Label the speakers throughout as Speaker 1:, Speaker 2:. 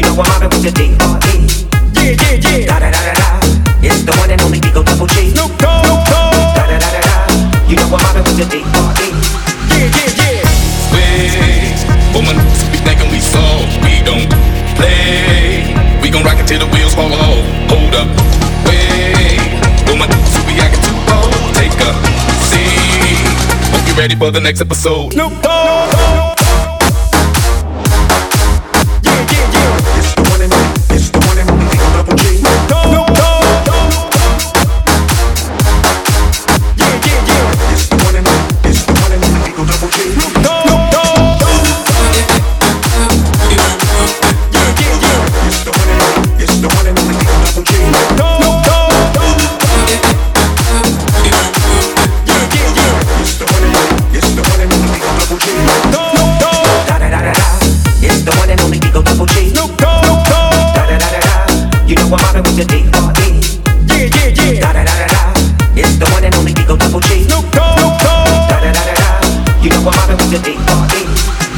Speaker 1: to D-R-E.
Speaker 2: Yeah, yeah,
Speaker 1: E. Da
Speaker 2: yeah.
Speaker 1: da da da da. It's the one and only Eagle Double G. Da
Speaker 2: Snoop Dogg.
Speaker 1: da da da da. You know I'm mobbing with the D-R-E.
Speaker 2: Yeah, yeah, yeah.
Speaker 3: ways. Woman, be thinking we soft. We don't play. We gon' rock it till the wheels fall off. Hold up. Wait. Woman, we acting too bold. Take a seat. Hope you ready for the next episode.
Speaker 2: Snoop Dogg. Yeah, yeah, yeah.
Speaker 1: It's the one and only. It's the one and only Eagle Double G.
Speaker 2: Snoop Dogg. Yeah, yeah, yeah.
Speaker 1: It's the one and only. It's the one and only Eagle Double G.
Speaker 2: Snoop Dogg. Yeah, yeah, yeah.
Speaker 1: It's the one and only. It's the one and only Eagle Double G.
Speaker 2: Snoop Dogg. Yeah, yeah, yeah.
Speaker 1: It's the one and only. It's the one and only Eagle Double G.
Speaker 2: Snoop Dogg.
Speaker 1: Da da da da da. It's the one and only Eagle Double G.
Speaker 2: Snoop Dogg.
Speaker 1: Da da da da da. You know I'm mobbing with the D-R-E.
Speaker 2: Yeah, yeah, yeah.
Speaker 1: E. Da da da da da. It's the one and only Eagle Double G.
Speaker 2: Snoop Dogg.
Speaker 1: Da da da da da. You know I'm mobbing with the D-R-E.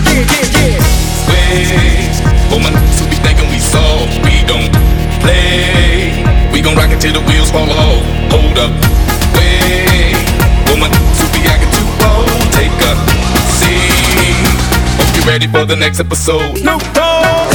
Speaker 2: Yeah, yeah, yeah.
Speaker 3: ways. Woman, so be thinking we soft. We don't play. We gon' rock it till the wheels fall off. Hold up. Wait. Woman, so be acting too bold. Take a seat. Hope you ready for the next episode.
Speaker 2: Snoop Dogg.